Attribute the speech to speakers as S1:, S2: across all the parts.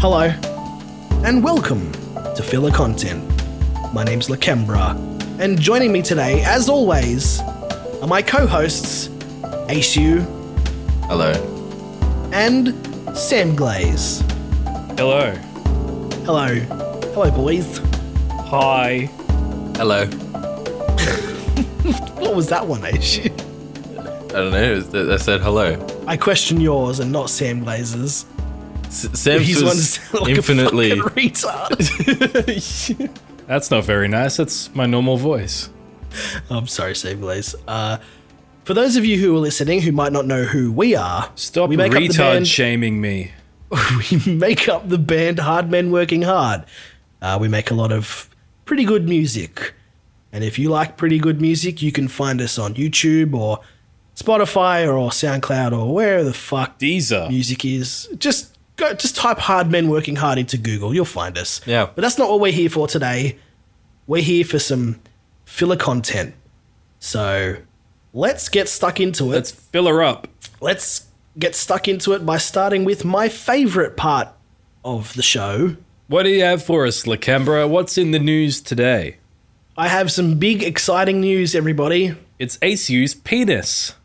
S1: Hello, and welcome to Filler Content. My name's Lakembra, and joining me today, as always, are my co hosts, Aishu
S2: Hello.
S1: and Sam Glaze.
S3: Hello.
S1: Hello. Hello, boys.
S3: Hi.
S2: Hello.
S1: What was that one, Aishu?
S2: I don't know. it was- They they said hello.
S1: I question yours and not Sam Glaze's.
S2: S- Sam's
S1: He's one to
S2: was
S1: sound like
S2: infinitely.
S1: a fucking retard.
S3: That's not very nice. That's my normal voice.
S1: I'm sorry, Sam Glaze. Uh, for those of you who are listening who might not know who we are,
S3: Stop
S1: we up the
S3: retard
S1: band-
S3: shaming me.
S1: we make up the band Hard Men Working Hard. Uh, we make a lot of pretty good music. And if you like pretty good music, you can find us on YouTube or Spotify or SoundCloud or where the fuck
S3: Deezer.
S1: music is. Just go, just type "Hard Men Working Hard" into Google. You'll find us.
S2: Yeah.
S1: But that's not what we're here for today. We're here for some filler content. So let's get stuck into it
S3: Let's fill her up.
S1: let's get stuck into it by starting with my favorite part of the show.
S3: What do you have for us, Lacambra? What's in the news today?
S1: I have some big, exciting news, everybody.
S3: It's ACU's penis.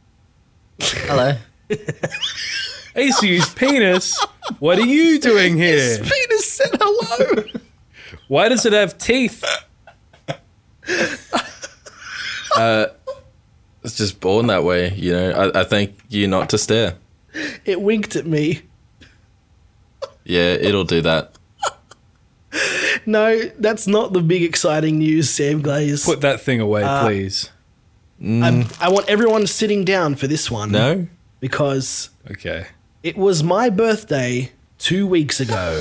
S2: Hello.
S3: ACU's penis? What are you doing here?
S1: Penis said hello.
S3: Why does it have teeth?
S2: Uh, It's just born that way, you know. I, I thank you not to stare.
S1: it winked at me.
S2: Yeah, it'll do that.
S1: No, that's not the big, exciting news, Sam Glaze.
S3: Put that thing away,
S1: Uh,
S3: please.
S1: I'm- I want everyone sitting down for this one.
S2: No.
S1: Because
S3: Okay.
S1: it was my birthday two weeks ago.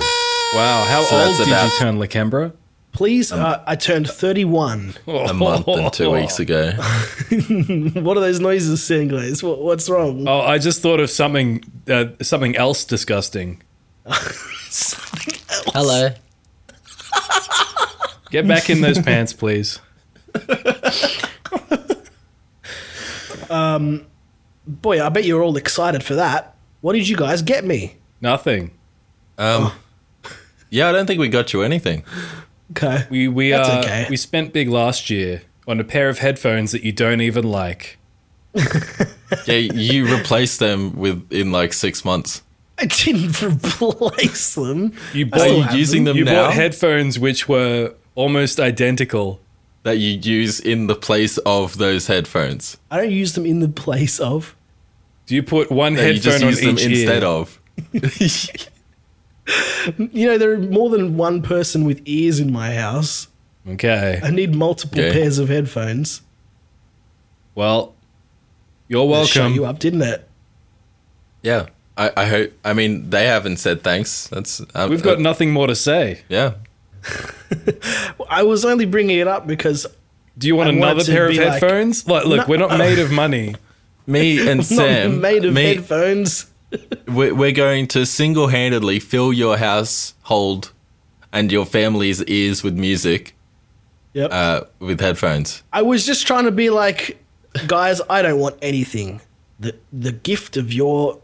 S3: Wow, how
S2: So
S3: old
S2: that's
S3: did
S2: about-
S3: you turn, Lacambra?
S1: Please, uh, I turned 31.
S2: A month and two weeks ago.
S1: what are those noises, Sam Glaze? What, what's wrong?
S3: Oh, I just thought of something, uh, something else disgusting.
S1: Something else.
S4: Hello.
S3: Get back in those pants, please.
S1: Boy, I bet you're all excited for that. What did you guys get me?
S3: Nothing.
S2: Um, yeah, I don't think we got you anything.
S1: Okay.
S3: We we
S1: That's
S3: uh,
S1: okay.
S3: we spent big last year on a pair of headphones that you don't even like.
S2: Yeah, you replaced them within like six months.
S1: I didn't replace them.
S3: You bought
S2: Are you
S1: have
S2: using them,
S3: you
S2: now
S3: bought headphones which were almost identical.
S2: that you use in the place of those headphones?
S1: I don't use them in the place of.
S3: Do you put one
S2: That you just
S3: headphone on
S2: use them
S3: each ear?
S2: instead of.
S1: You know, there are more than one person with ears in my house.
S3: Okay.
S1: I need multiple
S2: Okay.
S1: pairs of headphones.
S3: Well, you're
S1: That Shut
S3: welcome.
S1: you up, didn't it?
S2: Yeah. I, I hope. I mean, they haven't said thanks. That's uh,
S3: We've got
S2: uh,
S3: nothing more to say.
S2: yeah.
S1: I was only bringing it up because
S3: Do you want
S1: I want it
S3: another
S1: to
S3: pair of
S1: be like-
S3: headphones? Like, look, we're not made of money.
S2: Me and
S1: I'm
S2: Sam,
S1: not made of
S2: me-
S1: headphones.
S2: we're, we're going to single-handedly fill your household and your family's ears with music,
S1: Yep.
S2: uh, with headphones.
S1: I was just trying to be like, guys, I don't want anything. The the gift of your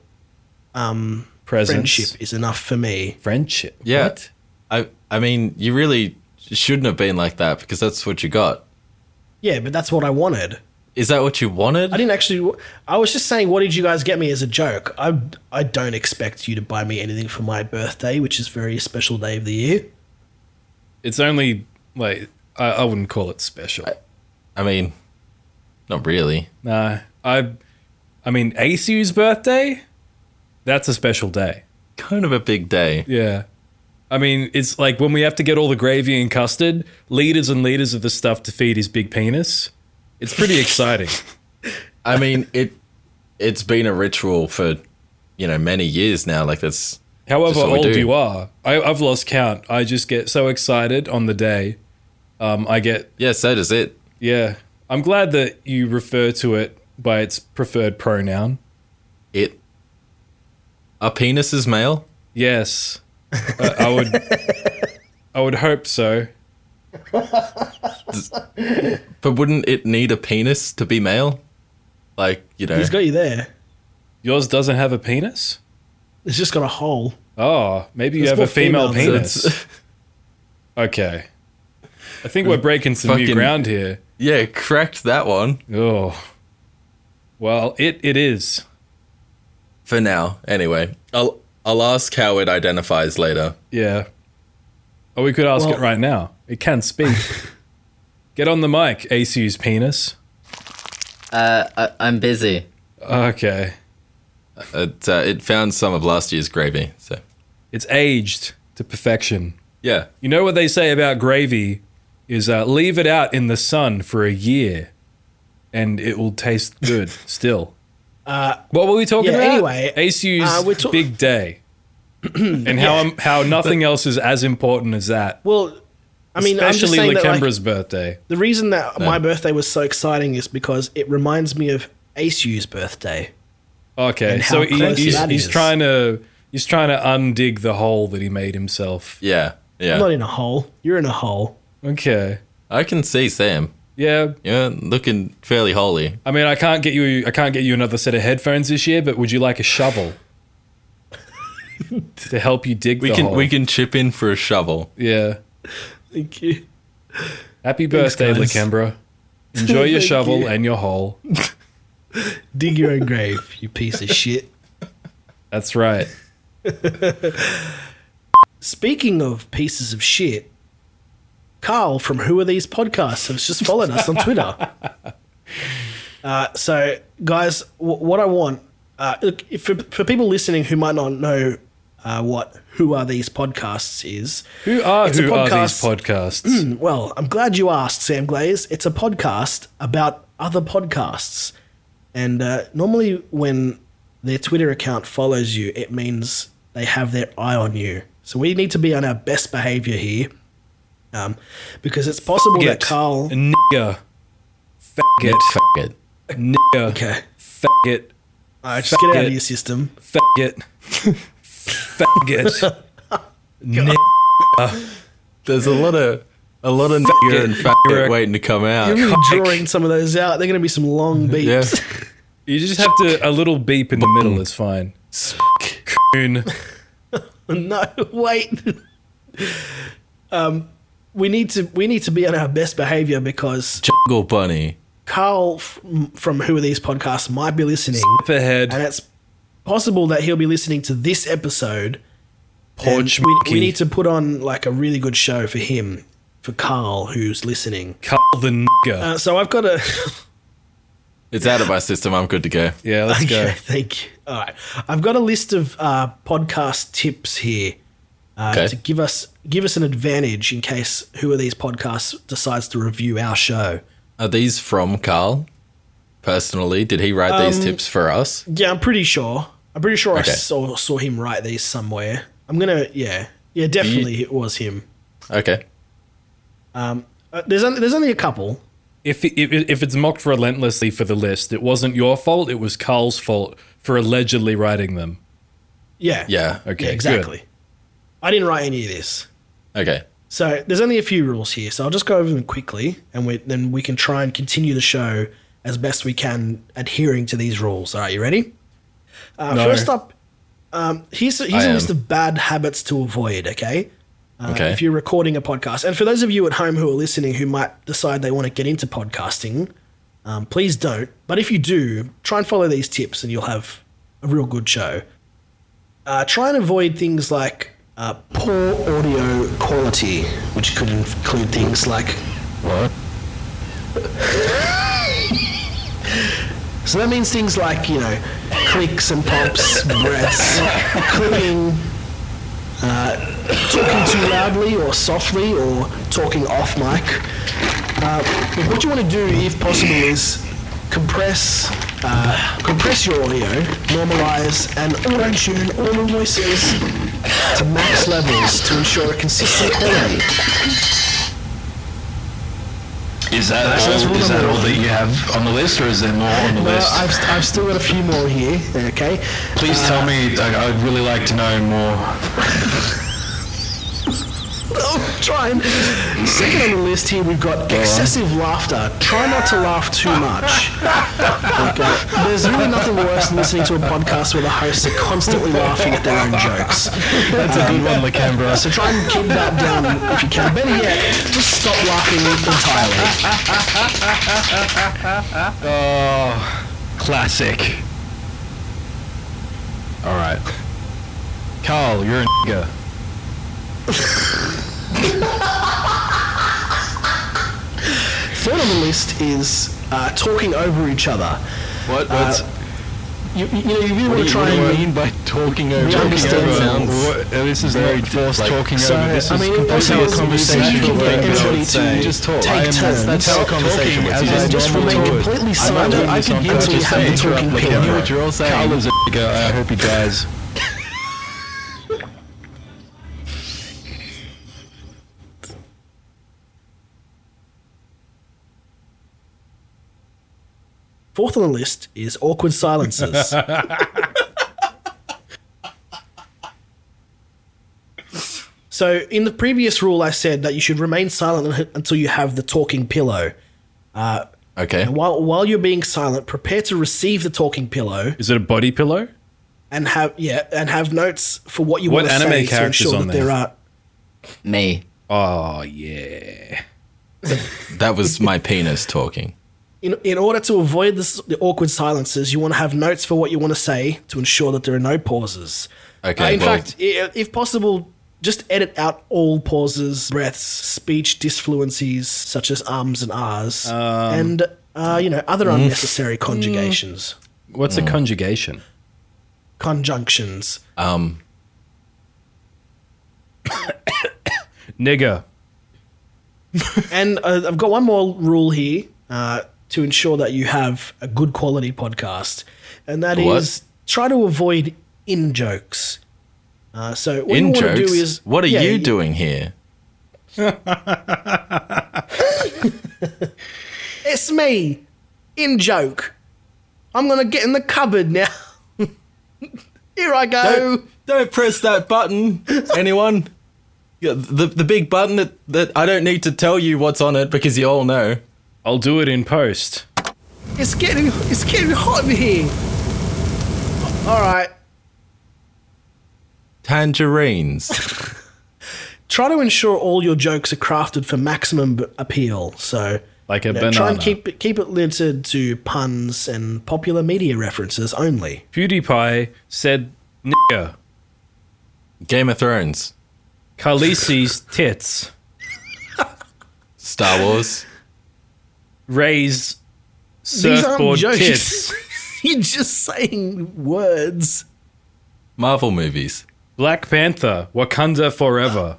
S1: um,
S3: Presents.
S1: friendship is enough for me.
S3: Friendship.
S2: Yeah,
S3: What?
S2: I, I mean, you really shouldn't have been like that because that's what you got.
S1: Yeah, but that's what I wanted.
S2: Is that what you wanted?
S1: I didn't actually. I was just saying, what did you guys get me as a joke? I I don't expect you to buy me anything for my birthday, which is a very special day of the year.
S3: It's only like I, I wouldn't call it special.
S2: I mean, not really.
S3: Nah. I I mean ACU's birthday? That's a special day.
S2: Kind of a big day.
S3: Yeah. I mean, it's like when we have to get all the gravy and custard, liters and liters of the stuff to feed his big penis. It's pretty exciting.
S2: I mean, it, it's been a ritual for, you know, many years now. Like that's
S3: However
S2: what we
S3: old
S2: do.
S3: you are, I, I've lost count. I just get so excited on the day. Um, I get,
S2: yeah. So does it.
S3: yeah. I'm glad that you refer to it by its preferred pronoun.
S2: It. Are penises male?
S3: Yes, I, I would. I would hope so.
S2: But wouldn't it need a penis to be male? Like, you know,
S1: He's got you there.
S3: Yours doesn't have a penis.
S1: It's just got a hole.
S3: Oh, maybe you
S1: There's
S3: have
S1: more
S3: a female
S1: females than
S3: penis. Okay. I think we're breaking some new
S2: Fucking-
S3: ground here.
S2: Yeah, cracked that one
S3: Oh. Well, it, it is.
S2: for now. Anyway, I'll I'll ask how it identifies later.
S3: Yeah. Or we could ask
S1: Well-
S3: it right now. It can speak. Get on the mic, ACU's penis.
S4: Uh, I, I'm busy.
S3: Okay.
S2: It uh, it found some of last year's gravy. So
S3: It's aged to perfection.
S2: yeah,
S3: You know what they say about gravy is uh, leave it out in the sun for a year and it will taste good still. Uh, what were we talking
S1: yeah,
S3: about?
S1: anyway,
S3: ACU's
S1: uh, we're ta-
S3: big day. and how um, how nothing else is as important as that.
S1: Well, I mean, I'm just
S3: Especially
S1: saying that, like,
S3: Lakembra's birthday.
S1: the reason that my birthday was so exciting is because it reminds me of ACU's birthday.
S3: Okay,
S1: And
S3: so
S1: how
S3: he,
S1: close
S3: he's,
S1: that
S3: he's
S1: is.
S3: trying to he's trying to undig the hole that he made himself.
S2: yeah, yeah.
S1: I'm not e- in a hole. You're in a hole.
S3: Okay,
S2: I can see Sam.
S3: yeah.
S2: You're looking fairly holy.
S3: I mean, I can't get you I can't get you another set of headphones this year, but would you like a shovel to help you dig
S2: We
S3: the
S2: can
S3: hole?
S2: we can chip in for a shovel.
S3: yeah.
S1: Thank you.
S3: Happy birthday,
S1: guys.
S3: Lakembra. Enjoy your
S1: Thank
S3: shovel
S1: you.
S3: and your hole.
S1: Dig your own grave, you piece of shit.
S3: That's right.
S1: Speaking of pieces of shit, Carl from Who Are These Podcasts has just followed us on Twitter. Uh, so, guys, w- what I want, uh, look, if, for, for people listening who might not know uh, what Who Are These Podcasts is,
S3: Who are
S1: It's a
S3: who are these
S1: podcast. Mm.
S3: podcasts?
S1: well, I'm glad you asked, Sam Glaze. It's a podcast about other podcasts. And uh, normally, when their Twitter account follows you, it means they have their eye on you. So we need to be on our best behavior here. Um, because it's possible that
S3: Get
S1: Carl.
S3: nigga,
S2: Get
S3: faggot,
S2: f- it.
S3: nigga,
S1: Okay.
S3: faggot,
S1: All right, just get out
S3: Faggot.
S1: of your system.
S3: faggot, faggot, nigga.
S2: There's a lot of a lot of nigger and
S3: it.
S2: fat
S3: You're a-
S2: waiting to come
S1: You're
S2: out.
S1: really drawing some of those out. They're going to be some long
S2: Yeah.
S1: beeps.
S3: You just have to a little beep in the middle is fine. Coon.
S1: no, wait. um, we need to we need to be on our best behavior because
S2: Jungle bunny.
S1: Carl from, from Who Are These Podcasts might be listening, and
S3: Ahead.
S1: it's possible that he'll be listening to this episode. and
S3: Porch
S1: we, we
S3: monkey.
S1: need to put on like a really good show for him, for Carl who's listening.
S3: Call the nigga.
S1: Uh, so I've got a
S2: It's out of my system. I'm good to go.
S3: yeah, let's
S1: okay,
S3: go.
S1: thank you. All right, I've got a list of uh, podcast tips here uh,
S2: Okay.
S1: to give us give us an advantage in case Who Are These Podcasts decides to review our show.
S2: Are these from Carl? Personally, did he write these tips for us?
S1: Yeah, I'm pretty sure. I'm pretty sure
S2: Okay.
S1: I saw saw him write these somewhere. I'm gonna, yeah, yeah, definitely it was him.
S2: Okay.
S1: Uh, there's only, there's only a couple.
S3: If, if if it's mocked relentlessly for the list, it wasn't your fault. It was Carl's fault for allegedly writing them.
S1: Yeah,
S2: Yeah.
S3: Okay,
S1: yeah, exactly. I didn't write any of this,
S2: Okay.
S1: so there's only a few rules here. So I'll just go over them quickly, and we, then we can try and continue the show as best we can, adhering to these rules. All right, you ready? Uh,
S3: No.
S1: First up, um, here's a- here's
S2: I
S1: a
S2: am.
S1: list of bad habits to avoid. Okay. Uh,
S2: Okay.
S1: If you're recording a podcast, and for those of you at home who are listening who might decide they want to get into podcasting, um, please don't. But if you do, try and follow these tips, and you'll have a real good show. Uh, try and avoid things like uh, poor audio quality, which could include things like what. So that means things like, you know, clicks and pops, breaths, clipping, uh, talking too loudly or softly or talking off mic. Uh, but what you want to do, if possible, is compress, uh, compress your audio, normalize and auto-tune all the voices to max levels to ensure a consistent quality.
S5: Is that
S1: That's- that's
S5: all?
S1: rule
S5: is that
S1: number
S5: all
S1: one.
S5: that you have on the list, or is there more on the
S1: Well,
S5: list?
S1: I've, I've still got a few more here, okay? Uh,
S5: Please tell me. I, I'd really like to know more.
S1: I'm trying. Second on the list here, we've got excessive laughter. Try not to laugh too much. Like, uh, there's really nothing worse than listening to a podcast where the hosts are constantly laughing at their own jokes.
S6: That's a good one, Lacambra.
S1: So try and keep that down if you can. Better yet, just stop laughing entirely.
S6: Classic. All right. Carl, you're a nigger.
S1: Third on the list is uh, talking over each other.
S6: What? What's,
S1: You, you know, you really want to
S6: what do Uh, you,
S1: try
S6: what do
S1: and
S6: you mean by talking over?
S1: Talking understand over.
S2: sounds
S6: What- uh, this is very forced
S2: like-
S6: talking
S1: So,
S6: over. This
S1: I
S6: is
S1: mean,
S6: completely
S1: also,
S6: a
S1: so
S6: conversation.
S1: you can get everybody to
S6: just talk.
S1: take
S6: I am-
S1: turns.
S6: That's how a
S1: Talking
S6: conversation
S1: as
S6: works.
S1: I
S6: It's
S1: just
S6: normal
S1: remain
S6: talk.
S1: completely
S6: I'm
S1: silent.
S6: doing
S1: I
S6: this
S1: could
S6: on
S1: get to
S6: purpose.
S1: have the
S6: Say,
S1: talking
S6: interrupt
S1: period.
S6: me. I know what you're all saying. Carl is a nigger. I hope he dies.
S1: Fourth on the list is awkward silences. so, in the previous rule, I said that you should remain silent un- until you have the talking pillow.
S2: Okay.
S1: And while, while you're being silent, prepare to receive the talking pillow
S3: Is it a body pillow?
S1: and have yeah and have notes for what you
S3: What
S1: want to
S3: anime
S1: say to
S3: characters
S1: ensure
S3: on
S1: that
S3: there?
S1: there are
S4: Me.
S3: Oh yeah.
S2: That was my penis talking.
S1: in, in order to avoid this, the awkward silences, you want to have notes for what you want to say to ensure that there are no pauses.
S2: Okay,
S1: Uh, in
S2: well-
S1: fact, i- if possible, just edit out all pauses, breaths, speech disfluencies such as ums and ahs,
S3: Um,
S1: and uh, you know other
S3: mm.
S1: unnecessary conjugations,
S3: What's
S1: Hmm.
S3: a conjugation?
S1: conjunctions.
S2: Um,
S3: Nigger.
S1: and uh, I've got one more rule here uh, to ensure that you have a good quality podcast, and that is
S2: What?
S1: try to avoid in jokes. Uh, so what you
S2: in
S1: want to
S2: jokes.
S1: do is
S2: what are
S1: yeah,
S2: you doing here?
S1: It's me, in joke. I'm gonna get in the cupboard now. Here I go.
S2: Don't press that button, anyone. Yeah, The the big button that, that I don't need to tell you what's on it because you all know.
S3: I'll do it in post.
S1: It's getting it's getting hot in here. All right.
S2: Tangerines.
S1: Try to ensure all your jokes are crafted for maximum b- appeal. So
S3: Like a
S1: you know,
S3: banana.
S1: Try and keep it, keep it limited to puns and popular media references only.
S3: PewDiePie said nigger.
S2: Game of Thrones.
S3: Khaleesi's tits.
S2: Star Wars.
S3: Ray's
S1: These aren't
S3: surfboard
S1: jokes.
S3: tits.
S1: You're just saying words.
S2: Marvel movies.
S3: Black Panther. Wakanda forever.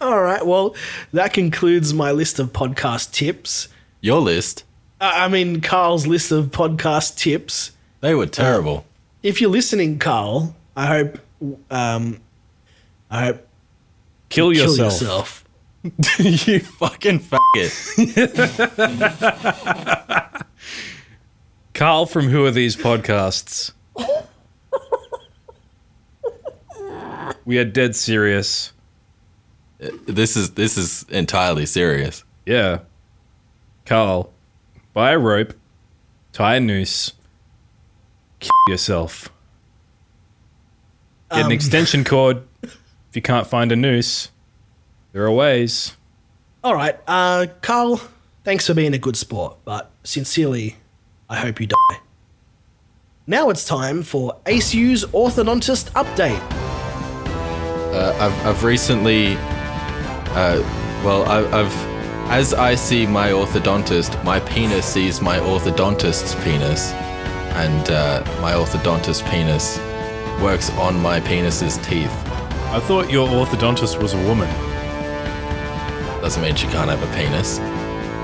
S1: All right. Well, that concludes my list of podcast tips.
S2: Your list.
S1: Uh, I mean, Carl's list of podcast tips.
S2: They were terrible.
S1: If you're listening, Carl, I hope um, I hope
S3: Kill
S1: you
S3: yourself.
S1: kill yourself.
S2: you fucking fuck it.
S3: Carl from Who Are These Podcasts. we are dead serious.
S2: This is this is entirely serious.
S3: Yeah. Carl, buy a rope, tie a noose, kill yourself.
S1: Um.
S3: Get an extension cord. If you can't find a noose, there are ways.
S1: All right, uh, Carl. Thanks for being a good sport, but sincerely, I hope you die. Now it's time for ACU's orthodontist update.
S2: Uh, I've I've recently, uh, well I, I've as I see my orthodontist, my penis sees my orthodontist's penis, and uh, my orthodontist's penis works on my penis's teeth.
S3: I thought your orthodontist was a woman.
S2: Doesn't mean she can't have a penis.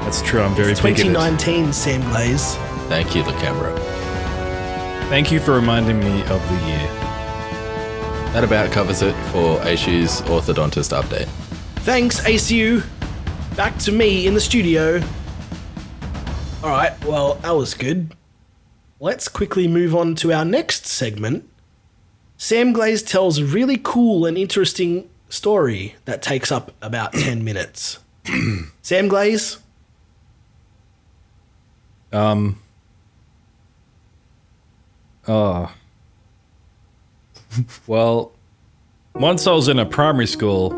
S3: That's true. I'm very bigoted.
S1: 2019, Sam Glaze.
S2: Thank you, the camera.
S3: Thank you for reminding me of the year.
S2: That about covers it for Aishu's orthodontist update.
S1: Thanks, ACU. Back to me in the studio. All right, well, that was good. Let's quickly move on to our next segment. Sam Glaze tells really cool and interesting story that takes up about 10 minutes. Sam Glaze,
S3: Well, once I was in a primary school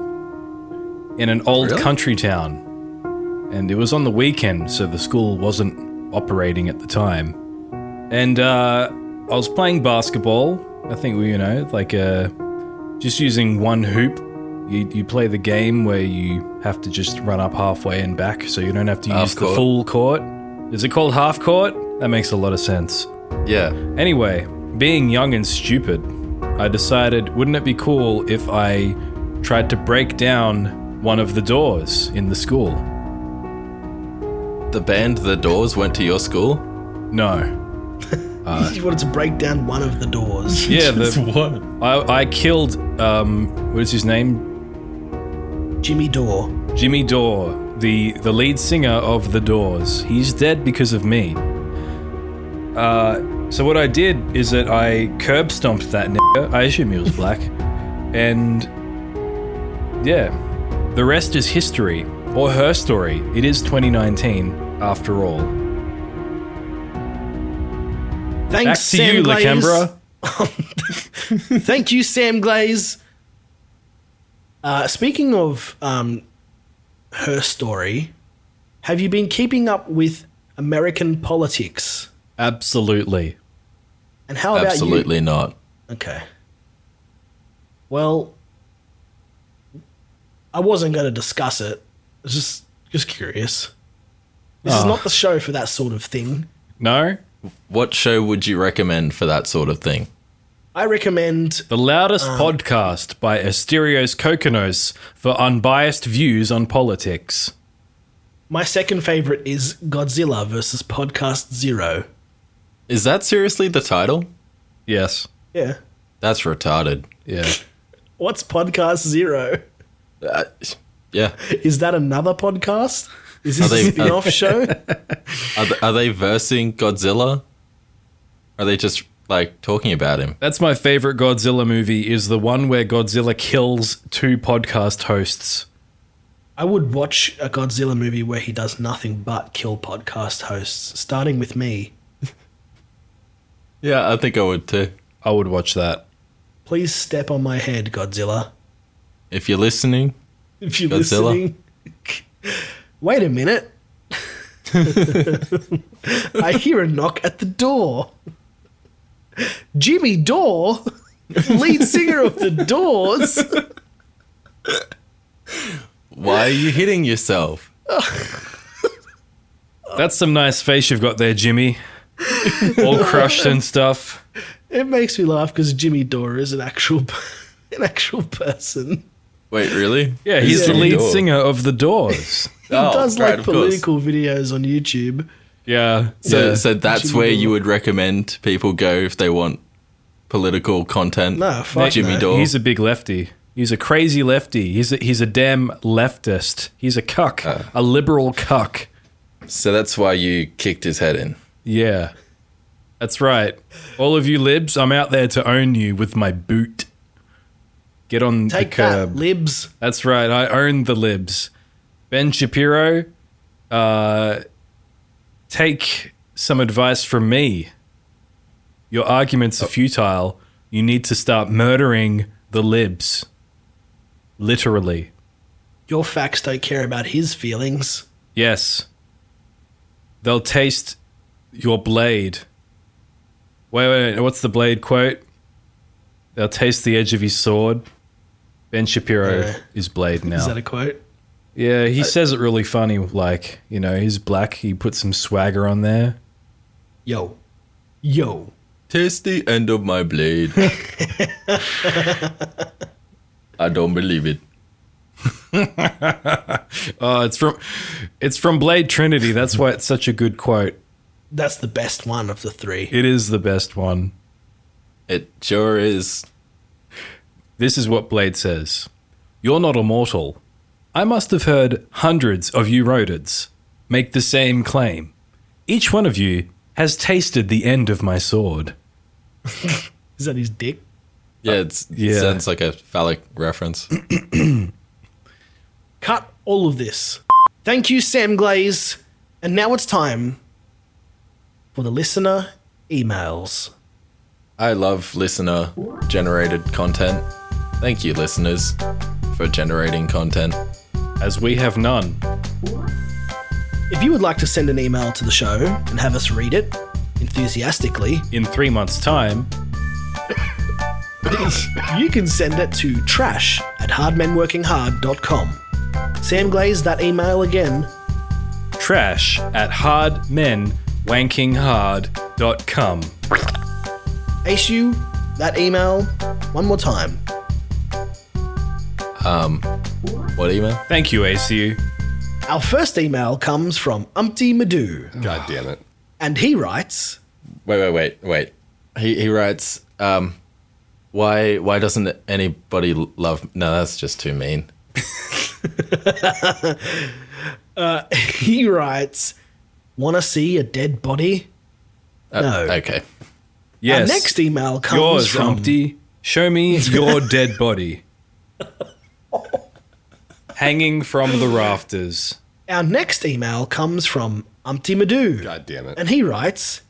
S3: in an old
S2: Really?
S3: country town, and it was on the weekend, so the school wasn't operating at the time. And uh, I was playing basketball. I think we, you know, like uh, just using one hoop. You, you play the game where you have to just run up halfway and back, so you don't have to
S2: Half
S3: use the
S2: court.
S3: full court. Is it called half court? That makes a lot of sense.
S2: Yeah.
S3: Anyway, being young and stupid, I decided wouldn't it be cool if I tried to break down one of the doors in the school?
S2: The band The Doors went to your school?
S3: No.
S1: you wanted to break down one of the doors.
S3: Uh, Yeah,
S7: Just
S3: the,
S7: what?
S3: I, I killed, um, what is his name?
S1: Jimmy Dore.
S3: Jimmy Dore, the, the lead singer of The Doors. He's dead because of me. Uh, so what I did is that I curb stomped that nigga. I assume he was black. and yeah, the rest is history or her story. It is 2019 after all.
S1: Thanks,
S3: Back to
S1: Sam
S3: you,
S1: Glaze.
S3: Lacambra.
S1: Thank you, Sam Glaze. Uh, speaking of um, her story, have you been keeping up with American politics?
S3: Absolutely.
S1: And how about you?
S2: Absolutely not.
S1: Okay. Well, I wasn't going to discuss it. I was just just curious. This is
S3: Ah.
S1: not the show for that sort of thing.
S3: No?
S2: What show would you recommend for that sort of thing?
S1: I recommend
S3: The loudest
S1: uh,
S3: podcast by Asterios Kokonos for unbiased views on politics.
S1: my second favorite is Godzilla versus Podcast Zero.
S2: Is that seriously the title?
S3: Yes.
S1: Yeah.
S2: That's retarded.
S3: Yeah.
S1: What's Podcast Zero?
S2: Uh, yeah.
S1: Is that another podcast? Is this
S2: Are they- uh,
S1: a spin off show?
S2: Are, th- are they versing Godzilla? Are they just like talking about him?
S3: That's my favorite Godzilla movie is the one where Godzilla kills two podcast hosts.
S1: I would watch a Godzilla movie where he does nothing but kill podcast hosts, starting with me.
S2: Yeah, I think I would too.
S3: I would watch that.
S1: Please step on my head, Godzilla.
S2: If you're listening,
S1: If you're
S2: Godzilla.
S1: listening. Wait a minute. I hear a knock at the door. Jimmy Dore, lead singer of the Doors.
S2: why are you hitting yourself?
S3: That's some nice face you've got there, Jimmy. All crushed and stuff.
S1: It makes me laugh because Jimmy Dore is an actual, an actual person.
S2: Wait, really?
S3: Yeah, he's
S1: Yeah.
S3: the lead
S2: Door.
S3: singer of The Doors.
S1: He
S2: Oh,
S1: does like political videos on YouTube.
S3: yeah.
S2: So,
S3: yeah.
S2: so that's
S1: Jimmy
S2: where
S1: Dore.
S2: you would recommend people go if they want political content.
S1: No, fuck
S2: Jimmy
S1: no.
S2: Dore.
S3: He's a big lefty. He's a crazy lefty. He's a, he's a damn leftist. He's a cuck,
S2: Uh.
S3: a liberal cuck.
S2: So that's why you kicked his head in.
S3: Yeah, that's right. All of you libs, I'm out there to own you with my boot. Get on the
S1: Take
S3: curb.
S1: that, libs.
S3: That's right. I own the libs. Ben Shapiro, uh, take some advice from me. Your
S1: Oh.
S3: arguments are futile. You need to start murdering the libs. Literally.
S1: Your facts don't care about his feelings.
S3: Yes. They'll taste your blade. Wait, wait, wait, what's the blade quote? They'll taste the edge of his sword. Ben Shapiro
S1: Yeah.
S3: is blade now.
S1: Is that a quote?
S3: Yeah, he says it really funny. Like, you know, he's black. He put some swagger on there.
S1: Yo, yo.
S2: Taste the end of my blade. I don't believe it.
S3: Oh, it's from, it's from Blade Trinity. That's why it's such a good quote.
S1: That's the best one of the three.
S3: It is the best one.
S2: It sure
S7: Uh,
S2: is.
S3: This is what Blade says You're not immortal. I must have heard hundreds of you rodents make the same claim. Each one of you has tasted the end of my sword.
S1: Is that his dick?
S2: Yeah, it's,
S3: Yeah.
S2: sounds like a phallic reference.
S1: Cut all of this. Thank you, Sam Glaze. And now it's time for the listener emails.
S2: I love listener generated content. Thank you, listeners, for generating content.
S3: As we have none.
S1: If you would like to send an email to the show and have us read it enthusiastically,
S3: In three months' time,
S1: you can send it to trash at hardmenworkinghard.com. Sam Glaze, that email again.
S3: trash at hardmenwankinghard.com.
S1: Ace you, that email, one more time.
S2: What email?
S3: Thank you, ACU.
S1: Our first email comes from Umpty Madoo,
S7: God damn it.
S1: and he writes
S2: Wait, wait, wait, wait. He he writes, um, why why doesn't anybody l- love? No, that's just too mean.
S1: he writes, "Want to see a dead body?" no.
S2: Uh, Okay.
S1: Our
S3: Yes.
S1: next email comes
S3: Yours,
S1: from
S3: Humpty. Show me your dead body. Hanging from the rafters.
S1: Our next email comes from Umpty Madoo,
S7: God damn it.
S1: and he writes,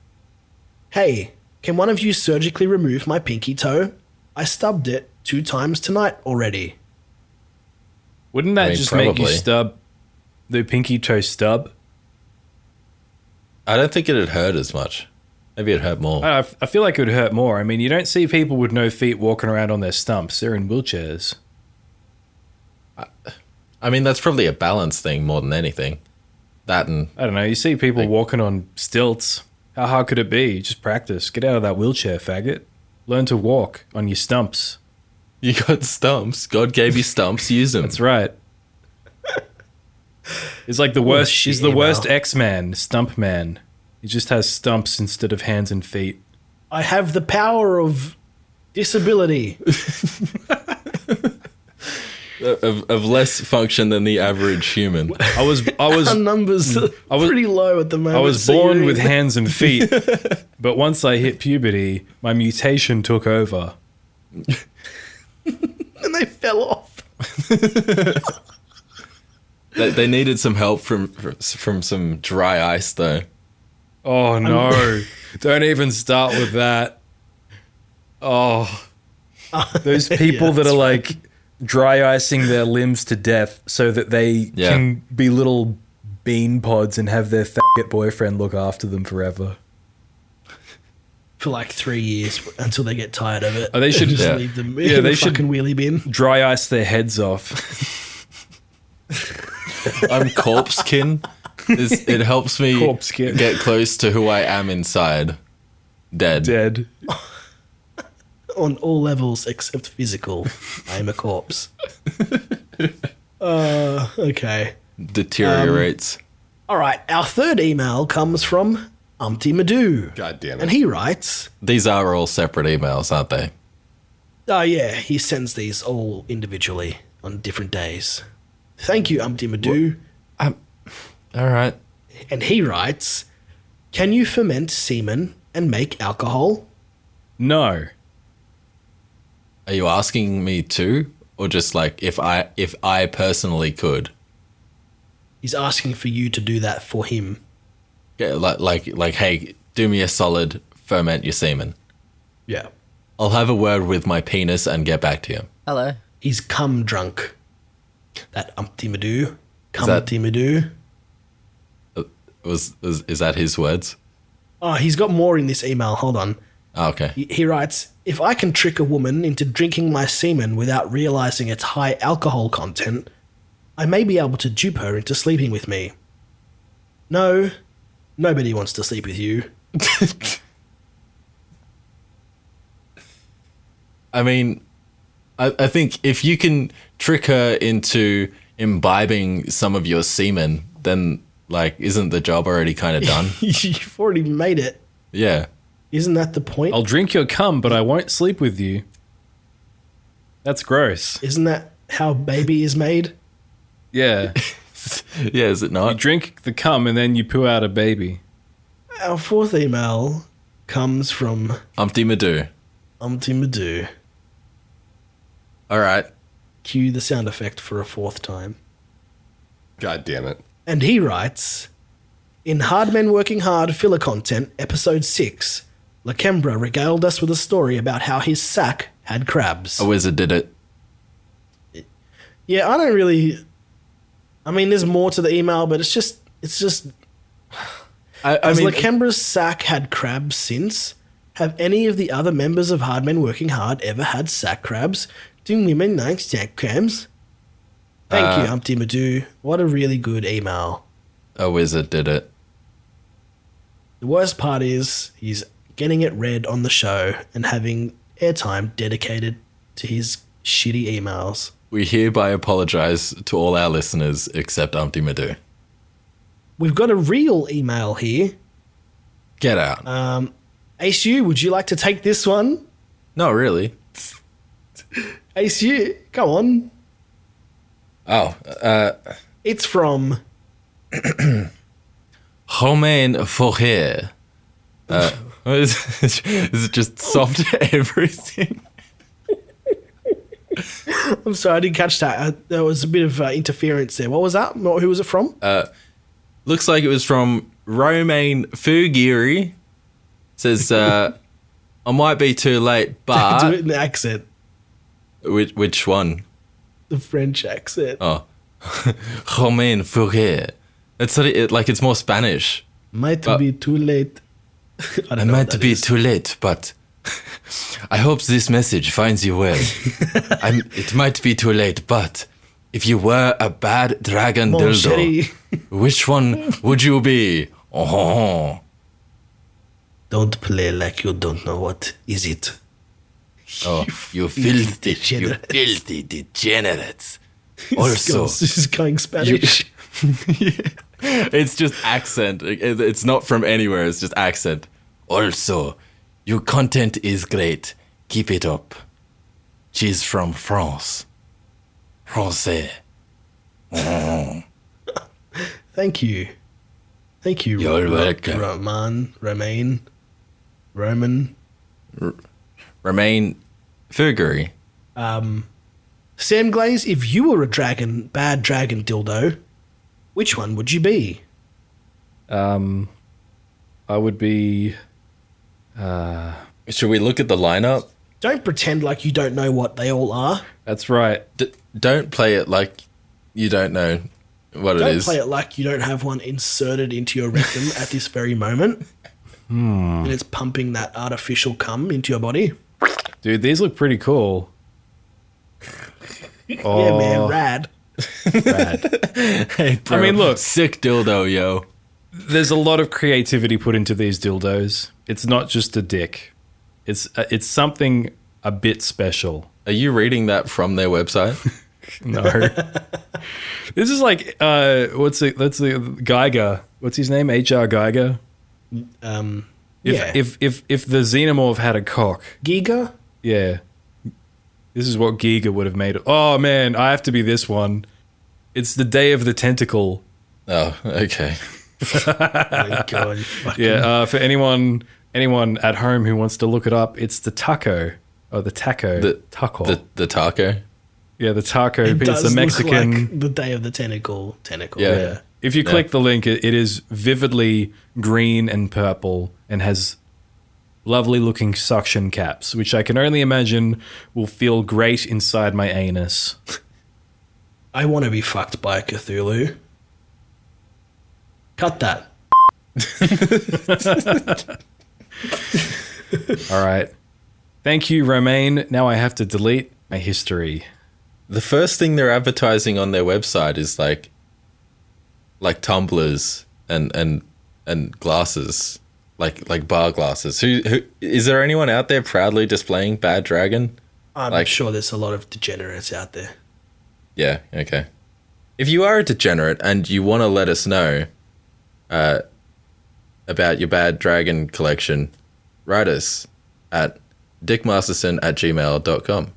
S1: "Hey, can one of you surgically remove my pinky toe? I stubbed it two times tonight already."
S3: Wouldn't that
S2: I mean,
S3: just make you
S2: probably.
S3: stub the pinky toe stub?
S2: I don't think it'd hurt as much. Maybe it hurt more.
S3: I, I feel like it would hurt more. I mean, you don't see people with no feet walking around on their stumps. They're in wheelchairs.
S2: I mean, that's probably a balance thing more than anything. That and
S3: I don't know. You see people walking on stilts. How hard could it be? Just practice. Get out of that wheelchair, faggot. Learn to walk on your stumps.
S2: you got stumps. God gave you stumps. Use them.
S3: That's right. It's like the worst.
S1: shit,
S3: She's the worst
S1: email.
S3: X Man, Stump Man. He just has stumps instead of hands and feet.
S1: I have the power of disability.
S2: of, of less function than the average human.
S3: I was, I
S1: Our
S3: was, Hmm.
S1: numbers are
S3: I was-
S1: pretty low at the moment.
S3: I was
S1: so
S3: born
S1: you-
S3: with hands and feet, but once I hit puberty, my mutation took over.
S1: and they fell off.
S2: They, they needed some help from from some dry ice though.
S3: Oh no! Don't even start with that. Oh, those people that are like dry icing their limbs to death so that they
S2: Yeah.
S3: can be little bean pods and have their faggot boyfriend look after them forever.
S1: for like three years until they get tired of it.
S3: Oh, they should-
S1: just
S2: yeah.
S1: leave them.
S3: Yeah,
S1: in
S3: they
S1: the
S3: should-
S1: fucking wheelie bin.
S3: Dry ice their heads off.
S2: I'm corpsekin. It's, it helps me
S3: Corpsekin.
S2: get close to who I am inside. Dead.
S3: Dead.
S1: on all levels except physical. I am a corpse. uh, okay.
S2: Deteriorates.
S7: Um,
S1: All right. Our third email comes from Umpty Madoo,
S7: God damn
S1: and
S7: it.
S1: he writes.
S2: These are all separate emails, aren't they?
S1: Oh yeah, he sends these all individually on different days. Thank you, Umpty Madoo.
S2: All right.
S1: And he writes, "Can you ferment semen and make alcohol?"
S3: No.
S2: Are you asking me to, or just like if I if I personally could?
S1: He's asking for you to do that for him.
S2: Yeah, like like like hey, do me a solid, ferment your semen.
S1: Yeah.
S2: I'll have a word with my penis and get back to you.
S4: Hello.
S1: He's cum drunk. That umpty madoo. Cum
S2: that-
S1: umpty madoo.
S2: Was is, is that his words?
S1: Oh, he's got more in this email. Hold on.
S2: Oh, okay.
S1: He, he writes If I can trick a woman into drinking my semen without realizing its high alcohol content, I may be able to dupe her into sleeping with me. No, nobody wants to sleep with you.
S2: I mean, I, I think if you can trick her into imbibing some of your semen, then like, isn't the job already kind of done?
S1: You've already made it.
S2: yeah.
S1: Isn't that the point?
S3: I'll drink your cum, but I won't sleep with you. That's gross.
S1: Isn't that how baby is made?
S3: Yeah.
S2: Yeah, is it
S3: You
S2: not?
S3: drink the cum and then you poo out a baby.
S1: Our fourth email comes from
S2: Umpty Madoo.
S1: Umpty Madoo.
S2: All right.
S1: Cue the sound effect for a fourth time.
S7: God damn it.
S1: And he writes In Hard Men Working Hard filler content, episode 6, Lakembra regaled us with a story about how his sack had crabs.
S7: Oh.
S2: A wizard did it.
S1: Yeah, I don't really. I mean, there's more to the email, but it's just. It's just.
S2: I, I
S1: Has
S2: mean,
S1: Lakembra's sack had crabs since? Have any of the other members of Hard Men Working Hard ever had sack crabs? Do women like sack crabs? Thank
S2: Uh,
S1: you, Humpty Madoo. What a really good email.
S2: a wizard did it.
S1: The worst part is he's getting it read on the show and having airtime dedicated to his shitty emails.
S2: We hereby apologize to all our listeners except Umpty Madoo.
S1: We've got a real email here.
S2: Get out.
S1: ACU, would you like to take this one?
S2: no, really.
S1: ACU, come on.
S2: Oh,
S1: It's from
S2: Romain Fourier. Uh, is, is it just soft everything?
S1: I'm sorry, I didn't catch that. Uh, there was a bit of uh, interference there. What was that? Wh- Who was it from?
S2: Looks like it was from Romain Fugiri. Says, uh, I might be too late,
S1: Do it
S2: but.
S1: in the accent,
S2: which, which one? Oh,
S1: the French accent.
S2: Romain Fourier. It's sort of- it, like it's more Spanish.
S1: might
S2: but-
S1: be too late. I, don't
S2: I
S1: know what
S2: might
S1: that
S2: be
S1: is.
S2: too late, but I hope this message finds you well. I'm, it might be too late, but if you were a bad dragon
S1: Mon
S2: dildo,
S1: chéri.
S2: which one would you be? Oh,
S1: Don't play like you don't know what is it.
S2: oh, you filthy, you
S1: degenerate.
S2: filthy degenerates.
S1: This
S2: Also,
S1: goes- this is going Spanish.
S2: it's just accent. It- It's not from anywhere. It's just accent. Also, your content is great. Keep it up. She's from France. Francais.
S1: Thank you. Thank you,
S2: You're
S1: Ro-
S2: welcome.
S1: Roman, Romain, Roman.
S2: Remain Fuguri.
S1: Sam Glaze, if you were a dragon, bad dragon dildo, which one would you be?
S3: I would be.
S2: Should we look at the lineup?
S1: Don't pretend like you don't know what they all are.
S3: That's right.
S2: D- don't play it like you don't know what it
S1: Don't
S2: is.
S1: play it like you don't have one inserted into your rectum at this very moment.
S3: Hmm.
S1: And it's pumping that artificial cum into your body.
S3: Dude, these look pretty cool. Oh.
S1: Yeah, man, rad.
S2: Hey, bro,
S3: I mean, look.
S2: sick dildo, yo.
S3: There's a lot of creativity put into these dildos. It's not just a dick. It's uh, it's something a bit special.
S2: Are you reading that from their website?
S3: No. this is like uh what's it that's the Geiger. What's his name? HR Geiger.
S1: Um,
S3: If
S1: yeah.
S3: if if if the xenomorph had a cock,
S1: Giga?
S3: yeah. This is what Giga would have made. Oh man, I have to be this one. It's the day of the tentacle.
S2: oh, okay.
S1: Oh my God, you fucking-
S3: Yeah, uh, for anyone anyone at home who wants to look it up, it's the taco. Oh, the taco.
S2: The-
S3: taco.
S2: The the taco.
S3: yeah, the taco.
S1: It
S3: it's
S1: does
S3: the Mexican.
S1: look like the day of the tentacle. Tentacle.
S2: Yeah.
S1: yeah.
S3: If you click the link, it, it is vividly green and purple and has lovely looking suction caps, which I can only imagine will feel great inside my anus.
S1: I want to be fucked by Cthulhu. Cut that.
S3: All right. Thank you, Romain. Now I have to delete my history.
S2: The first thing they're advertising on their website is like, like tumblers and and and glasses, like like bar glasses. Who who is there anyone out there proudly displaying Bad Dragon?
S1: I'm
S2: Like-
S1: sure there's a lot of degenerates out there.
S2: Yeah, okay. If you are a degenerate and you want to let us know uh, about your bad dragon collection, write us at dickmasterson at gmail.com.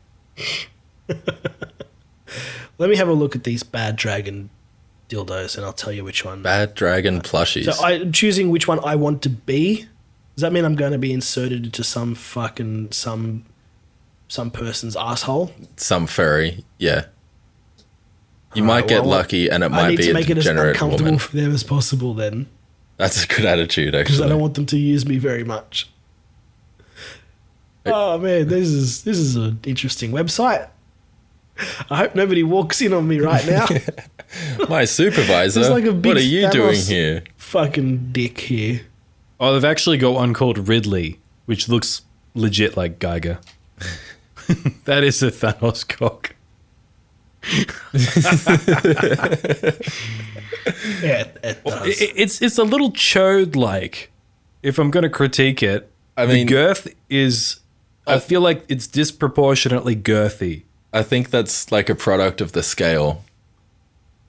S1: Let me have a look at these bad dragon dildos, and I'll tell you which one.
S2: Bad dragon plushies.
S1: So I'm choosing which one I want to be. Does that mean I'm going to be inserted into some fucking some some person's asshole.
S2: Some furry, yeah. You might get
S1: well,
S2: lucky, and
S1: I
S2: it might
S1: need
S2: be
S1: to
S2: a
S1: make it as
S2: degenerate
S1: uncomfortable
S2: woman.
S1: for them as possible then,
S2: That's a good attitude,
S1: because I
S2: actually.
S1: don't want them to use me very much. Oh man, this is this is an interesting website. I hope nobody walks in on me right now.
S2: My supervisor,
S1: There's like a big
S2: what are you doing
S1: Thanos-
S2: here?
S1: Fucking dick here.
S3: Oh, they've actually got one called Ridley, which looks legit like Geiger. that is a Thanos cock.
S1: Yeah, it does.
S3: It- it's it's a little chode like. If I'm going to critique it,
S2: I
S3: the
S2: mean,
S3: girth is. I
S2: I-
S3: feel like it's disproportionately girthy.
S2: I think that's like a product of the scale.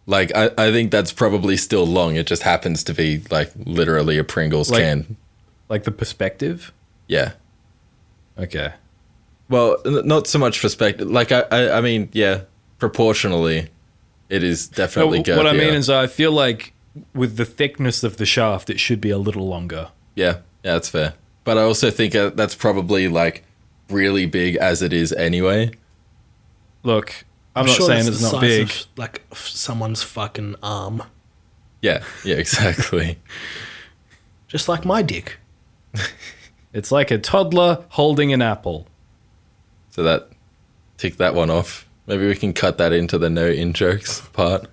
S2: Like, I, I think that's probably still long. It just happens to be like literally a Pringles
S3: Like-
S2: can.
S3: Like the perspective.
S2: Yeah.
S3: Okay.
S2: Well, n- not so much perspective. Like, I, I, I mean, yeah, proportionally, it is
S3: No,
S2: definitely girthier.
S3: Uh, what I mean is, I feel like with the thickness of the shaft, it should be a little longer.
S2: Yeah, yeah, that's fair. But I also think uh, that's probably like really big as it is anyway.
S3: Look, I'm, not saying
S1: that's
S3: it's
S1: the
S3: not
S1: size
S3: big.
S1: of, like f- someone's fucking arm,
S2: Yeah, yeah, exactly.
S1: just like my dick.
S3: It's like a toddler holding an apple.
S2: so that tick that one off. Maybe we can cut that into the no in jokes part.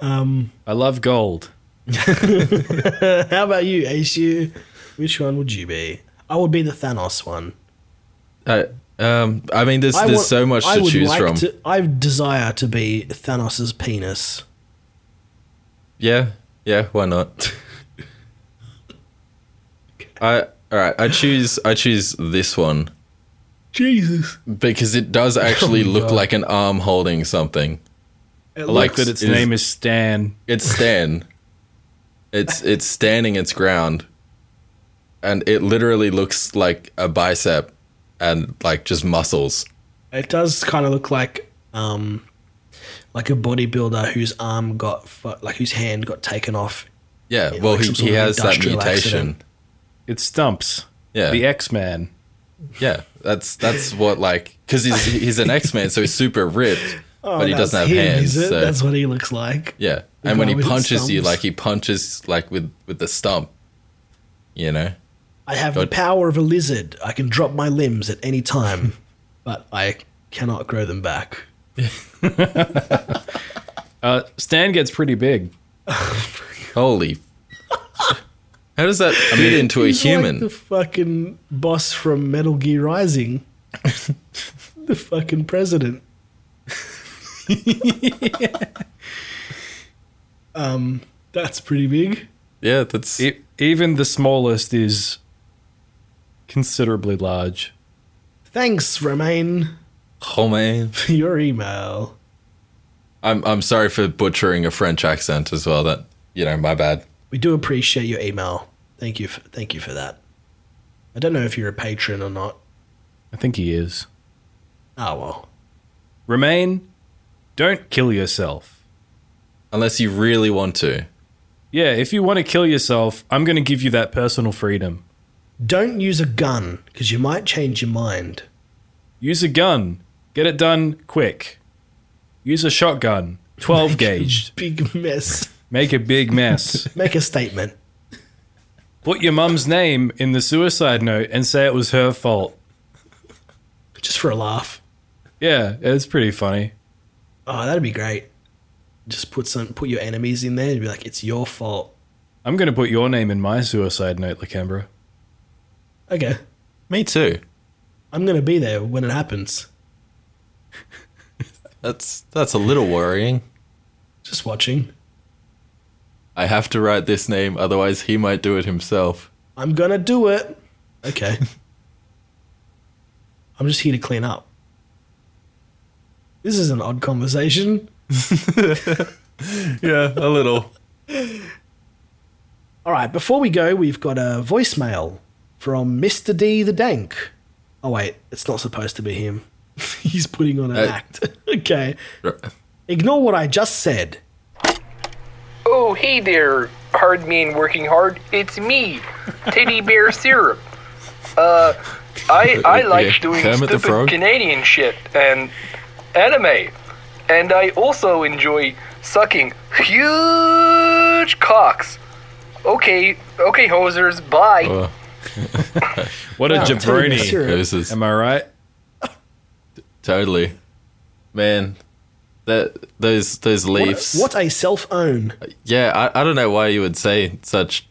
S1: Um,
S3: I love gold.
S1: how about you, Asu? Which one would you be? I would be the Thanos one.
S2: Uh, um, I mean, there's
S1: I
S2: there's
S1: want-
S2: so much
S1: I
S2: to
S1: would
S2: choose
S1: like
S2: from.
S1: to- I desire to be Thanos's penis.
S2: Yeah, yeah, why not? I all right. I choose I choose this one
S1: Jesus.
S2: because it does actually
S1: Oh my
S2: look
S1: God.
S2: like an arm holding something.
S1: It
S2: I
S3: Like
S2: Looks
S3: that its
S2: is-
S3: name is Stan.
S2: It's Stan. it's it's standing its ground, and it literally looks like a bicep, and like just muscles.
S1: It does kind of look like um, like a bodybuilder whose arm got fu- like whose hand got taken off.
S2: Yeah. well,
S1: like
S2: he,
S1: some sort
S2: he
S1: of
S2: has that
S1: industrial
S2: mutation.
S1: accident.
S3: It stumps.
S2: Yeah.
S3: The X Man.
S2: Yeah. That's that's what like because he's he's an X Man, so he's super ripped, but he
S1: Oh, that's
S2: doesn't have
S1: him,
S2: hands.
S1: Is it?
S2: So
S1: That's what he looks like.
S2: yeah.
S1: the
S2: And when
S1: guy
S2: he
S1: with the
S2: punches you,
S1: stumps.
S2: like he punches like with with the stump. You know.
S1: I have the
S2: God.
S1: power of a lizard. I can drop my limbs at any time, but I cannot grow them back.
S3: Uh, Stan gets pretty big.
S2: Holy. How does that fit into a
S1: He's
S2: human?
S1: like the fucking boss from Metal Gear Rising, the fucking president. um, that's pretty big.
S2: yeah, that's
S3: E- even the smallest is considerably large.
S1: Thanks, Romain,
S2: oh man.
S1: for your email.
S2: I'm I'm sorry for butchering a French accent as well. That you know, my bad.
S1: We do appreciate your email. Thank you. For, thank you for that. I don't know if you're a patron or not.
S3: I think he is.
S1: Ah well.
S3: Remain. Don't kill yourself.
S2: Unless you really want to.
S3: Yeah, if you want to kill yourself, I'm going to give you that personal freedom.
S1: Don't use a gun because you might change your mind.
S3: Use a gun. Get it done quick. Use a shotgun. 12 gauge.
S1: Big mess.
S3: Make a big mess.
S1: Make a statement.
S3: Put your mum's name in the suicide note and say it was her fault.
S1: just for a laugh.
S3: Yeah, it's pretty funny.
S1: Oh, that'd be great. Just put some put your enemies in there and be like, it's your fault.
S3: I'm going to put your name in my suicide note, Lacambra.
S1: Okay,
S2: Me too.
S1: I'm gonna be there when it happens.
S2: That's that's a little worrying.
S1: Just watching.
S2: I have to write this name, otherwise he might do it himself.
S1: I'm gonna do it. Okay. I'm just here to clean up. This is an odd conversation.
S2: Yeah, a little.
S1: All right, before we go, we've got a voicemail from Mr. D the Dank. Oh wait, it's not supposed to be him. He's putting on an
S2: Uh,
S1: act. okay. Ignore what I just said.
S8: Oh, hey there, hard man working hard. It's me, Teddy Bear Syrup. Uh, I, I like
S2: Yeah,
S8: doing
S2: Kermit the
S8: stupid
S2: Frog.
S8: Canadian shit and anime. And I also enjoy sucking huge cocks. Okay, okay, hosers, bye.
S2: Oh,
S3: What a
S1: totally
S3: jabroni.
S1: serious.
S2: this is
S3: Am I right?
S2: totally, man. That those those
S1: What a-
S2: leaves.
S1: What a self own.
S2: Yeah, I, I don't know why you would say such,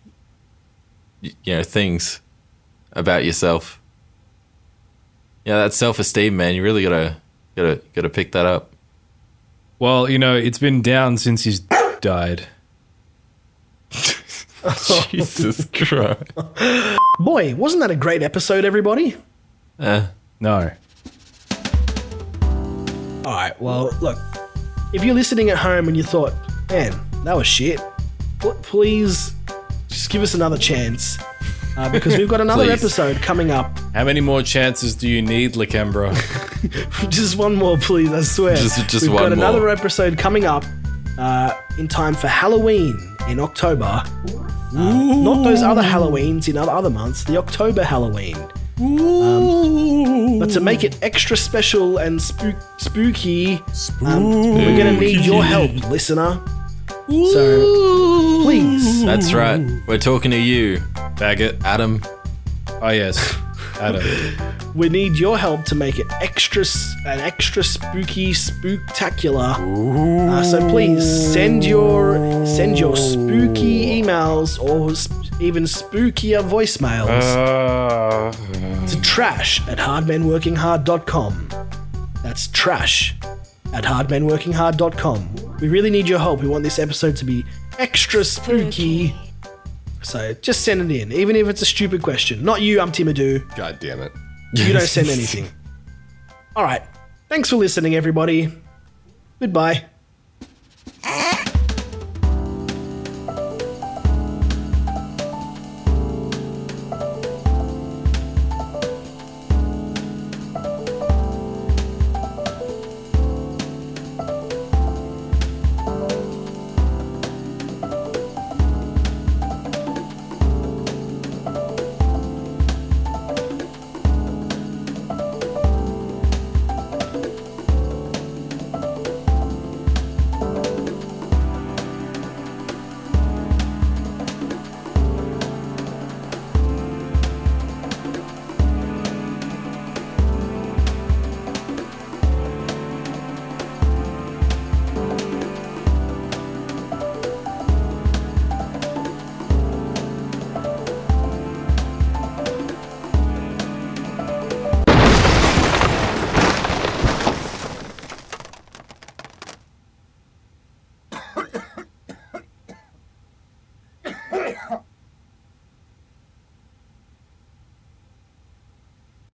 S2: y- you know, things about yourself. Yeah, that self esteem, man. You really gotta gotta gotta pick that up.
S3: Well, you know, it's been down since he's died.
S2: Jesus Christ.
S1: Boy, wasn't that a great episode, everybody?
S2: Uh,
S3: No.
S1: All right, well, look, if you're listening at home and you thought, man, that was shit, pl- please just give us another chance uh, because we've got another
S2: Please.
S1: episode coming up.
S3: How many more chances do you need, Lakembra?
S1: Just one more, please, I swear.
S2: Just- just
S1: we've
S2: one
S1: got another
S2: more.
S1: episode coming up uh, in time for Halloween in October. Uh, not those other Halloweens in other, other months, the October Halloween. Um, but to make it extra special and spook, spooky, um, we're going to need your help, listener. So please,
S2: that's right. We're talking to you, Baggett, Adam.
S3: oh, yes. Adam.
S1: we need your help to make it extra s- an extra spooky, spooktacular. Uh, so please send your send your spooky emails or sp- even spookier voicemails to trash at hardmenworkinghard.com. That's trash at hardmenworkinghard.com. We really need your help. We want this episode to be extra spooky. So just send it in, even if it's a stupid question. Not you, I'm Timadoo.
S7: God damn it.
S1: You don't send anything. All right. Thanks for listening, everybody. Goodbye.